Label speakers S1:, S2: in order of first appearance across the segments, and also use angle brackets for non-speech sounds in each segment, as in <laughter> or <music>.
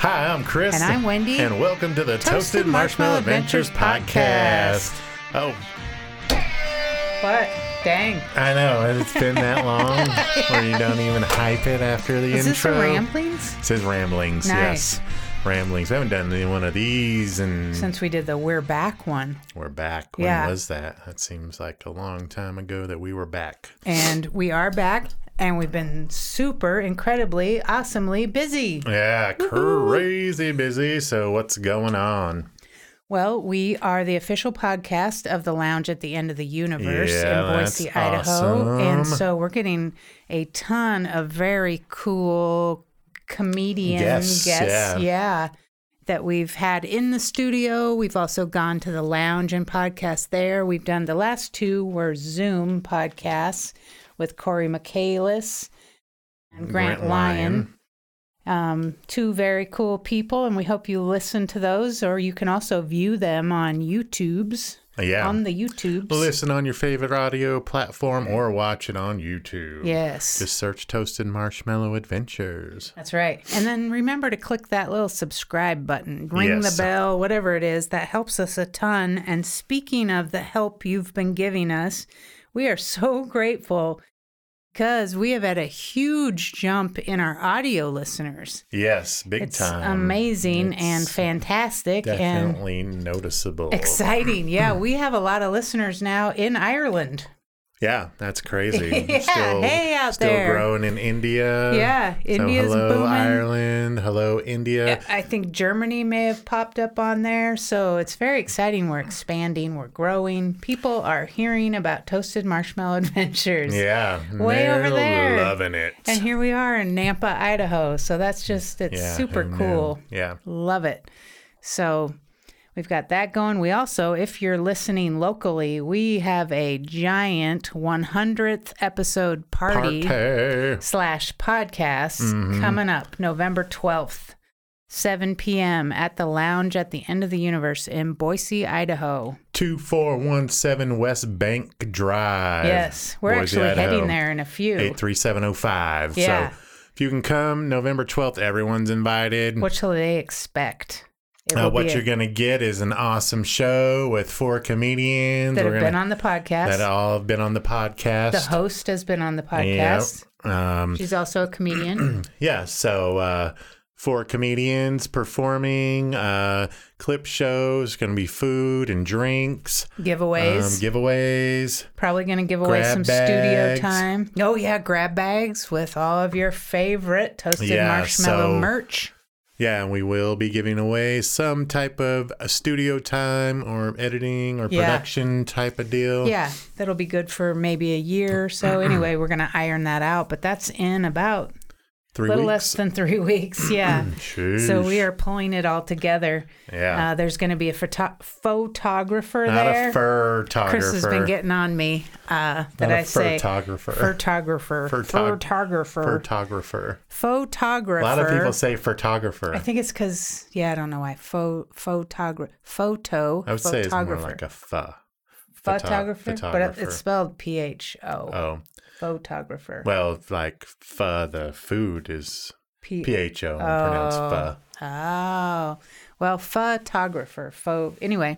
S1: Hi, I'm Chris.
S2: And I'm Wendy.
S1: And welcome to the Toasted,
S2: Toasted
S1: Marshmallow,
S2: Marshmallow
S1: Adventures
S2: Adventures
S1: podcast. Oh,
S2: What? Dang.
S1: I know. and It's been
S2: <laughs>
S1: that long where you don't even hype it after the
S2: Is this
S1: intro.
S2: a ramblings?
S1: It says ramblings,
S2: Nice.
S1: yes. Ramblings. We haven't done any one of these and
S2: Since we did the We're Back one.
S1: we're back. When
S2: Yeah.
S1: was that? That seems like a long time ago that we were back.
S2: And we are back, and we've been super, incredibly, awesomely busy.
S1: Yeah, crazy busy. So what's going on?
S2: Well, we are the official podcast of the Lounge at the End of the Universe
S1: Yeah,
S2: in Boise,
S1: that's
S2: Idaho.
S1: awesome.
S2: And so we're getting a ton of very cool comedian
S1: Guests, yeah.
S2: guests. yeah. That we've had in the studio. We've also gone to the lounge and podcast there. We've done the last two were Zoom podcasts with Corey McCalis and Grant, Lyon. Um, two very cool people, and we hope you listen to those, or you can also view them on YouTube's
S1: Yeah.
S2: on the YouTubes.
S1: Listen on your favorite audio platform or watch it on YouTube.
S2: Yes,
S1: Just search Toasted Marshmallow Adventures.
S2: that's right. And then remember to click that little subscribe button, ring
S1: Yes.
S2: the bell, whatever it is. That helps us a ton. And speaking of the help you've been giving us, we are so <laughs> grateful because we have had a huge jump in our audio listeners.
S1: Yes, big
S2: it's
S1: time.
S2: amazing
S1: It's
S2: and fantastic and
S1: Definitely noticeable. <clears throat>
S2: Exciting. Yeah, we have a lot of listeners now in Ireland.
S1: Yeah, that's
S2: <laughs>
S1: crazy.
S2: Yeah,
S1: still,
S2: hey out
S1: still
S2: there.
S1: growing in India.
S2: Yeah, India's
S1: so hello,
S2: booming.
S1: Ireland. Hello, India.
S2: I think Germany may have popped up on there. So it's very exciting. We're expanding, we're growing. People are hearing about Toasted Marshmallow <laughs> Adventures.
S1: Yeah,
S2: Way
S1: they're
S2: over there.
S1: loving it.
S2: And here we are in Nampa, Idaho. So that's just, it's
S1: Yeah,
S2: super
S1: who knew?
S2: cool.
S1: Yeah,
S2: Love it. So we've got that going. We also, if you're listening locally, we have a giant 100th episode party.
S1: party.
S2: slash podcast
S1: Mm-hmm.
S2: coming up November 12th, 7 p.m. at the lounge at the end of the universe in Boise, Idaho.
S1: 2417 West Bank Drive.
S2: yes, we're
S1: Boise,
S2: actually
S1: Idaho.
S2: heading there in a few.
S1: 83705.
S2: Yeah.
S1: So if you can come November 12th, everyone's invited.
S2: What shall they expect? It
S1: Uh,
S2: will
S1: what
S2: be a-
S1: you're going to get is an awesome show with four comedians
S2: that
S1: We're
S2: have
S1: gonna-
S2: been on the podcast.
S1: that all have been on the podcast.
S2: the host has been on the
S1: Yeah.
S2: podcast.
S1: Um,
S2: She's also a
S1: <clears throat>
S2: comedian.
S1: yeah. So uh, four comedians performing, uh, clip shows, going to be food and drinks, um,
S2: Giveaways.
S1: giveaways.
S2: Probably going to give away
S1: Grab
S2: some
S1: bags.
S2: studio time. Oh, yeah. Grab bags with all of your favorite toasted
S1: Yeah,
S2: marshmallow
S1: so-
S2: merch.
S1: Yeah, and we will be giving away some type of a studio time or editing or
S2: Yeah.
S1: production type of deal.
S2: Yeah, that'll be good for maybe a year or so.
S1: Mm-hmm.
S2: anyway, we're going to iron that out, but that's in about a
S1: Three weeks.
S2: little
S1: Mm-hmm.
S2: less than three <laughs> weeks. Yeah. so we are pulling it all together.
S1: Yeah.
S2: Uh, there's going to be a photo- photographer
S1: not
S2: there.
S1: a fur photographer.
S2: Chris has been getting on me uh, that
S1: Not a
S2: I say
S1: photographer.
S2: photographer,
S1: Photog-
S2: photographer,
S1: photographer.
S2: photographer.
S1: A lot of people say photographer.
S2: I think it's because yeah, I don't know why. Pho- photographer, photo.
S1: I would say it's more
S2: photographer.
S1: like a pho. photo-
S2: photographer, but
S1: photographer.
S2: it's spelled P H O.
S1: Oh,
S2: Photographer.
S1: well, like pho, the food is
S2: P-
S1: P H O and pronounced pho.
S2: Oh, well, photographer. Pho- anyway,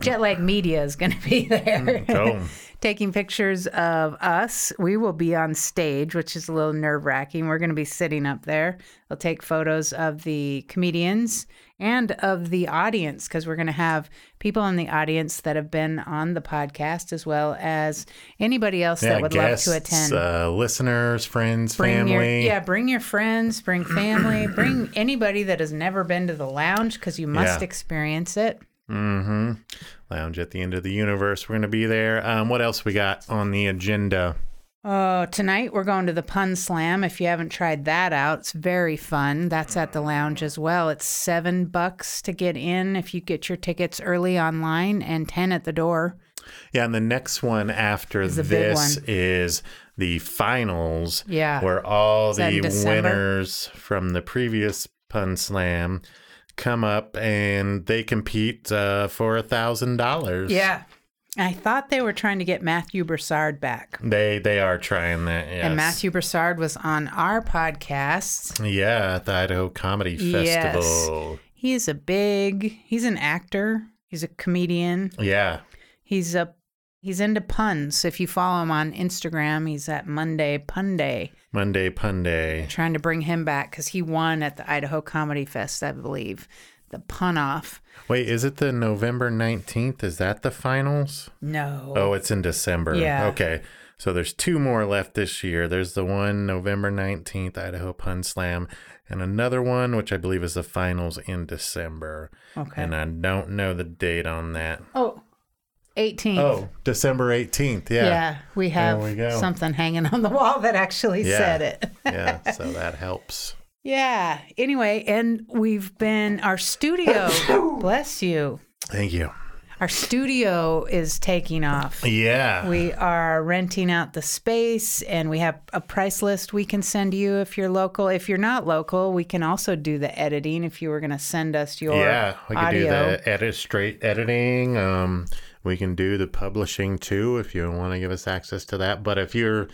S2: Jet Lag Media is going to be <laughs> there
S1: Go.
S2: <laughs> taking pictures of us. We will be on stage, which is a little nerve wracking. We're going to be sitting up there. They'll take photos of the comedians and of the audience because we're going to have people in the audience that have been on the podcast as well as anybody else
S1: yeah,
S2: that would
S1: guests,
S2: love to attend
S1: Uh, listeners, friends,
S2: bring
S1: family.
S2: Your, yeah, bring your friends,
S1: <clears throat>
S2: bring family, bring anybody that has never been to the lounge because you must
S1: Yeah.
S2: experience it.
S1: Mm-hmm. Lounge at the end of the universe. We're going to be there. Um, what else we got on the agenda?
S2: Uh, tonight we're going to the Pun Slam. If you haven't tried that out, it's very fun. That's at the lounge as well. It's seven bucks to get in if you get your tickets early online, and ten at the door.
S1: Yeah, and the next one after
S2: Is the big
S1: this
S2: one.
S1: is the finals.
S2: Yeah.
S1: Where all
S2: that in
S1: the
S2: December?
S1: winners from the previous Pun Slam come up and they compete uh, for a thousand dollars.
S2: I thought they were trying to get Matthew Broussard back,
S1: They they are trying that. Yes.
S2: and Matthew Broussard was on our podcast.
S1: Yeah, at the Idaho Comedy
S2: Yes.
S1: Festival.
S2: He's a big. He's an actor. He's a comedian.
S1: Yeah.
S2: He's a he's into puns. If you follow him on Instagram, he's at Monday Pun Day.
S1: Monday Pun Day.
S2: Trying to bring him back because he won at the Idaho Comedy Fest, I believe, the pun off.
S1: Wait, is it the November 19th? Is that the finals?
S2: No,
S1: Oh, it's in December.
S2: Yeah.
S1: Okay. So there's two more left this year. There's the one November 19th, Idaho Pun Slam, and another one, which I believe is the finals in December.
S2: Okay.
S1: And I don't know the date on that.
S2: oh, 18th.
S1: Oh, December 18th.
S2: yeah.
S1: Yeah.
S2: we have
S1: we go.
S2: something hanging on the wall that actually
S1: Yeah.
S2: said it.
S1: Yeah. so that helps.
S2: <laughs> Yeah. Anyway, and we've been
S1: <coughs>
S2: our studio. bless you.
S1: Thank you.
S2: Our studio is taking off.
S1: Yeah.
S2: We are renting out the space and we have a price list we can send you if you're local. If you're not local, we can also do the editing if you were going to send us your
S1: yeah, we can
S2: audio.
S1: do the edit straight editing. Um, we can do the publishing too if you want to give us access to that. But if you're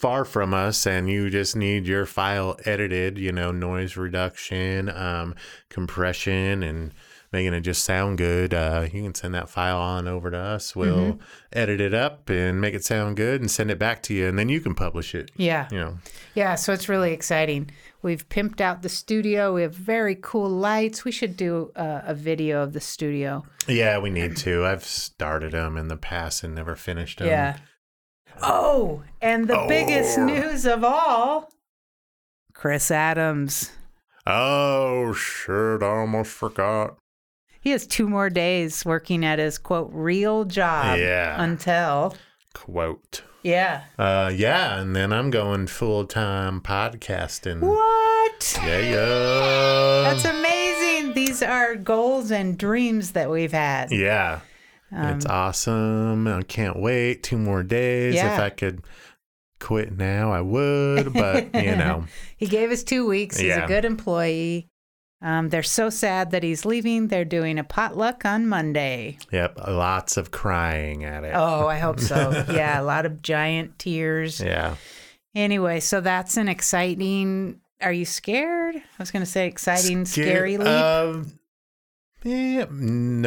S1: far from us and you just need your file edited, you know, noise reduction, um, compression, and making it just sound good, uh, you can send that file on over to us. We'll
S2: Mm-hmm.
S1: edit it up and make it sound good and send it back to you, and then you can publish it.
S2: Yeah.
S1: You know,
S2: Yeah, so it's really exciting. We've pimped out the studio. We have very cool lights. We should do uh, a video of the studio.
S1: yeah, we need to. I've started them in the past and never finished them.
S2: Yeah. Oh, and the biggest news of all Chris Adams.
S1: Oh shit! I almost forgot.
S2: He has two more days working at his quote real job
S1: Yeah.
S2: until
S1: Quote.
S2: yeah.
S1: Uh, yeah, and then I'm going full time podcasting.
S2: What?
S1: Yeah, yeah.
S2: That's amazing. These are goals and dreams that we've had.
S1: yeah,
S2: Um,
S1: it's awesome. I can't wait. Two more days.
S2: Yeah.
S1: If I could quit now, I would. But you
S2: <laughs>
S1: know,
S2: He gave us two weeks. He's
S1: Yeah.
S2: a good employee. Um, they're so sad that he's leaving. They're doing a potluck on Monday.
S1: yep, lots of crying at it.
S2: Oh, I hope so.
S1: <laughs>
S2: yeah, a lot of giant tears.
S1: Yeah.
S2: Anyway, so that's an exciting. Are you scared? I was going to say exciting, scary leap.
S1: Um, yeah, eh,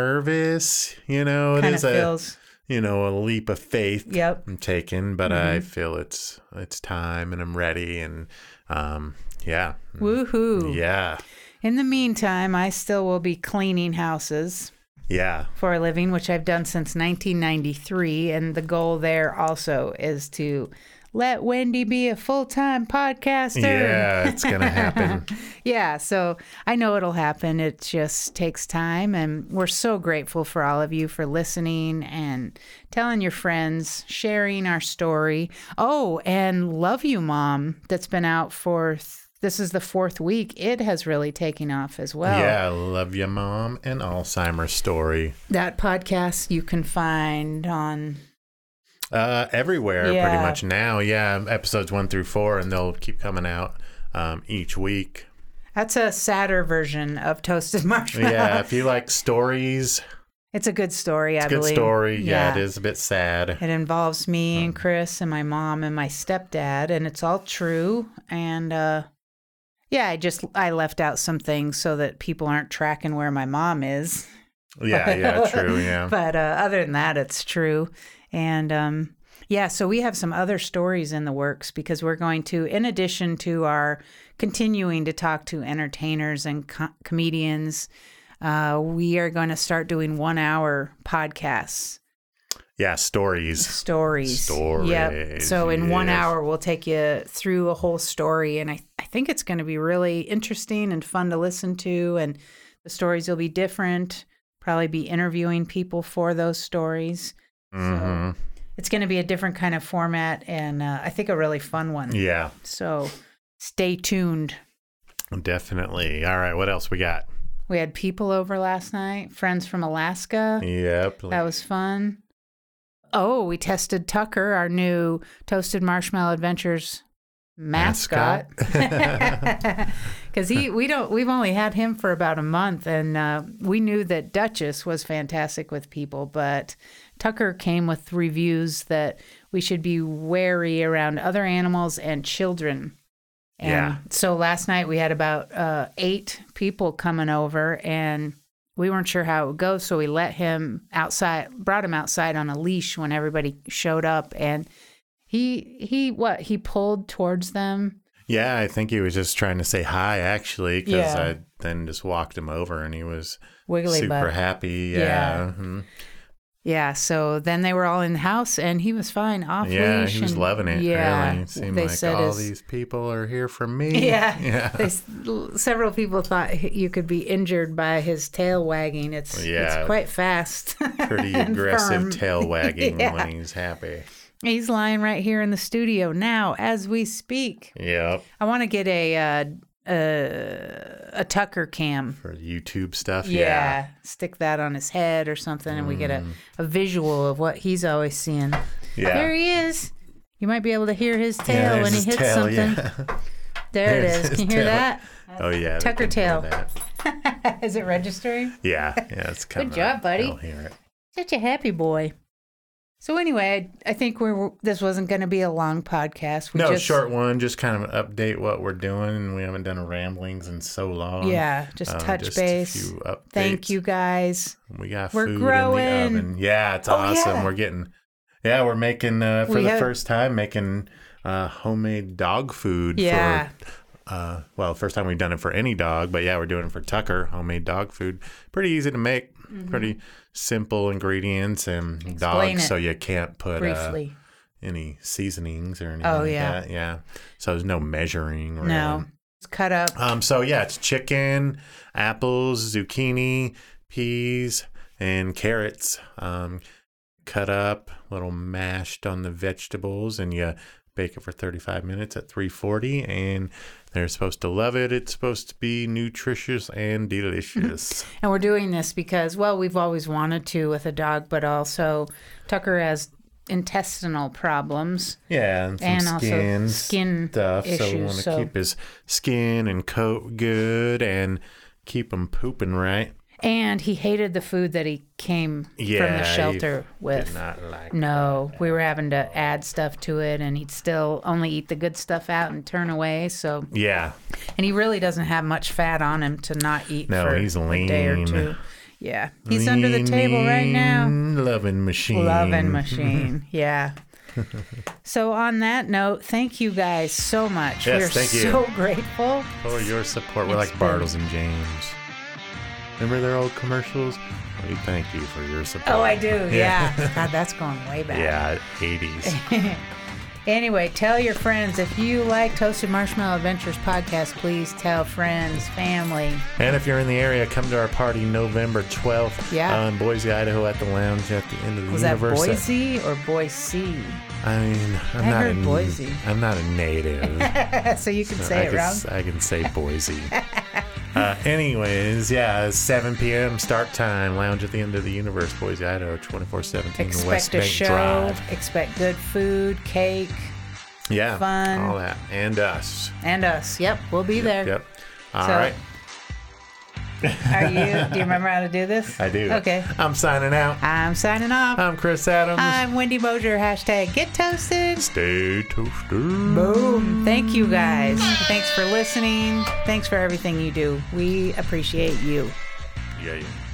S1: nervous. You know, it
S2: kind
S1: is
S2: of
S1: a
S2: feels.
S1: you know a leap of faith.
S2: Yep. Mm-hmm.
S1: I'm taking, but I feel it's it's time and I'm ready and um yeah.
S2: Woohoo.
S1: Yeah.
S2: In the meantime, I still will be cleaning houses
S1: Yeah.
S2: for a living, which I've done since 1993. And the goal there also is to let Wendy be a full time podcaster.
S1: Yeah, it's going to happen.
S2: Yeah, so I know it'll happen. It just takes time. And we're so grateful for all of you for listening and telling your friends, sharing our story. Oh, and Love You Mom, that's been out for th- this is the fourth week. It has really taken off as <laughs> well.
S1: Yeah, love you mom and Alzheimer's story.
S2: That podcast you can find on.
S1: Uh everywhere
S2: Yeah.
S1: pretty much now. Yeah, episodes 1 through 4 and they'll keep coming out um each
S2: <laughs>
S1: week.
S2: That's a sadder version of Toasted <laughs> Marshmallow.
S1: Yeah, if you like stories,
S2: It's a good story, I
S1: good
S2: believe.
S1: story. Yeah, it is a bit sad.
S2: <laughs> It involves me and Chris and my mom and my stepdad, and it's all true. And uh, yeah, I just I left out some things so that people aren't tracking where my mom is.
S1: Yeah, yeah, true, yeah.
S2: But uh, other than that, it's true. And um, yeah, so we have some other stories in the works because we're going to, in addition to our continuing to talk to entertainers and co- comedians, uh, we are going to start doing one hour podcasts
S1: Yeah, stories.
S2: stories. Yep.
S1: Stories,
S2: So in one
S1: yes.
S2: hour, we'll take you through a whole story, and I, I think it's going to be really interesting and fun to listen to, and the stories will be different. Probably be interviewing people for those stories.
S1: Mhm.
S2: So it's going to be a different kind of format and uh, I think a really fun one.
S1: Yeah,
S2: So stay tuned.
S1: definitely. All right, what else we got?
S2: We had people over last night, friends from Alaska.
S1: Yep.
S2: That was fun. Oh, we tested Tucker, our new Toasted Marshmallow Adventures mascot. <laughs> Because he, we don't, we've only had him for about a month, and uh, we knew that Duchess was fantastic with people, but Tucker came with reviews that we should be wary around other animals and children. And
S1: Yeah.
S2: so last night we had about uh, eight people coming over, and we weren't sure how it would go, so we let him outside, brought him outside on a leash when everybody showed up, and he he what he pulled towards them.
S1: Yeah, I think he was just trying to say hi, actually, because
S2: Yeah.
S1: I then just walked him over and he was
S2: Wiggly
S1: super
S2: butt.
S1: happy.
S2: Yeah.
S1: Yeah. mhm.
S2: Yeah. So then they were all in the house, and he was fine off
S1: Yeah,
S2: leash.
S1: he was
S2: and-
S1: loving it.
S2: Yeah,
S1: Really. It seemed
S2: they
S1: like
S2: said
S1: all
S2: his-
S1: these people are here for me.
S2: <laughs> Yeah.
S1: <laughs> Yeah.
S2: They s- several people thought h- you could be injured by his tail wagging. It's
S1: Yeah.
S2: it's quite fast. <laughs>
S1: Pretty
S2: and
S1: aggressive
S2: firm. <laughs>
S1: tail wagging
S2: Yeah.
S1: when he's happy.
S2: He's lying right here in the studio now as we speak.
S1: Yep.
S2: I want to get a uh, uh, a Tucker cam.
S1: For YouTube stuff.
S2: Yeah.
S1: Yeah.
S2: stick that on his head or something, and we get
S1: Mm.
S2: a, a visual of what he's always seeing.
S1: Yeah.
S2: There he is. You might be able to hear his tail
S1: Yeah, there's
S2: when he
S1: his
S2: hits
S1: tail,
S2: something.
S1: yeah.
S2: There it
S1: There's
S2: is.
S1: his
S2: Can you hear
S1: tail.
S2: that?
S1: <laughs> Oh, yeah. they
S2: Tucker
S1: can hear
S2: tail.
S1: that.
S2: <laughs> Is it registering?
S1: Yeah. Yeah. It's coming.
S2: job,
S1: up.
S2: buddy.
S1: They'll hear it.
S2: Such a happy boy. So anyway, I, I think we were, this wasn't going to be a long podcast. We
S1: no,
S2: just,
S1: short one. Just kind of update what we're doing. We haven't done a ramblings in so long.
S2: Yeah, just
S1: Um,
S2: touch
S1: just a
S2: base.
S1: few updates.
S2: Thank you guys.
S1: We got
S2: We're
S1: food
S2: growing.
S1: in the oven. Yeah, it's
S2: Oh,
S1: awesome.
S2: yeah.
S1: We're getting yeah, we're making uh, for
S2: We
S1: the
S2: have-
S1: first time making uh, homemade dog food.
S2: Yeah.
S1: For, uh, well, first time we've done it for any dog, but yeah, we're doing it for Tucker. Homemade dog food, pretty easy to make. Pretty simple ingredients and
S2: Mm-hmm. Explain
S1: dogs,
S2: it
S1: so you can't put uh,
S2: Briefly.
S1: any seasonings or anything.
S2: Oh,
S1: like
S2: yeah.
S1: that. yeah. So there's no measuring. Really.
S2: no. It's cut up.
S1: Um, so yeah, it's chicken, apples, zucchini, peas, and carrots. Um, cut up, little mashed on the vegetables, and you bake it for 35 minutes at 340. And they're supposed to love it. It's supposed to be nutritious and
S2: <laughs>
S1: delicious.
S2: And we're doing this because, well, we've always wanted to with a dog, but also Tucker has intestinal problems.
S1: yeah, and some
S2: And also
S1: skin
S2: skin
S1: stuff. so we
S2: issues,
S1: want to
S2: so-
S1: keep his skin and coat good and keep him pooping right.
S2: And he hated the food that he came from
S1: Yeah,
S2: the
S1: he
S2: shelter
S1: Did
S2: with.
S1: not like.
S2: No, we were having to add stuff to it, and he'd still only eat the good stuff out and turn away. So,
S1: Yeah,
S2: and he really doesn't have much fat on him to not eat.
S1: No,
S2: for
S1: he's
S2: a day or
S1: lean.
S2: two. Yeah, he's under the table right now.
S1: Lean Loving machine. <laughs>
S2: Loving machine. Yeah. so on that note, thank you guys so much.
S1: Yes,
S2: We're
S1: thank you.
S2: so grateful.
S1: For your support. We're
S2: It's
S1: like Bartles and James. Remember their old commercials? We thank you for your support.
S2: Oh, I do. Yeah. God, that's going
S1: <laughs>
S2: way back.
S1: Yeah, 80s.
S2: Anyway, tell your friends if you like Toasted Marshmallow Adventures podcast, please tell friends, family.
S1: and if you're in the area, come to our party November 12th
S2: Yeah.
S1: uh, in Boise, Idaho at the lounge at the end of the
S2: Was that
S1: universe.
S2: Boise or Boise? <laughs>
S1: I mean, I'm
S2: I
S1: not
S2: heard
S1: a,
S2: Boise.
S1: I'm not a native.
S2: so you can
S1: I
S2: <laughs> say it
S1: can,
S2: wrong.
S1: s- I can say
S2: <laughs>
S1: Boise. uh, anyways, yeah, 7 p.m. start time. Lounge at the end of the universe, Boise, Idaho, 24 17 West
S2: Expect a
S1: Bank
S2: show.
S1: Drive.
S2: Expect good food, cake,
S1: Yeah,
S2: fun.
S1: all that. And us.
S2: and us. Yep, we'll be there.
S1: Yep. All
S2: So-
S1: right. <laughs>
S2: Are you? Do you remember how to do this?
S1: I do. Um,
S2: Okay.
S1: I'm signing out.
S2: I'm signing off.
S1: I'm Chris Adams.
S2: I'm Wendy Mosier. Hashtag get toasted.
S1: Stay toasted.
S2: Boom. Thank you guys. Thanks for listening. Thanks for everything you do. We appreciate you.
S1: Yeah, yeah.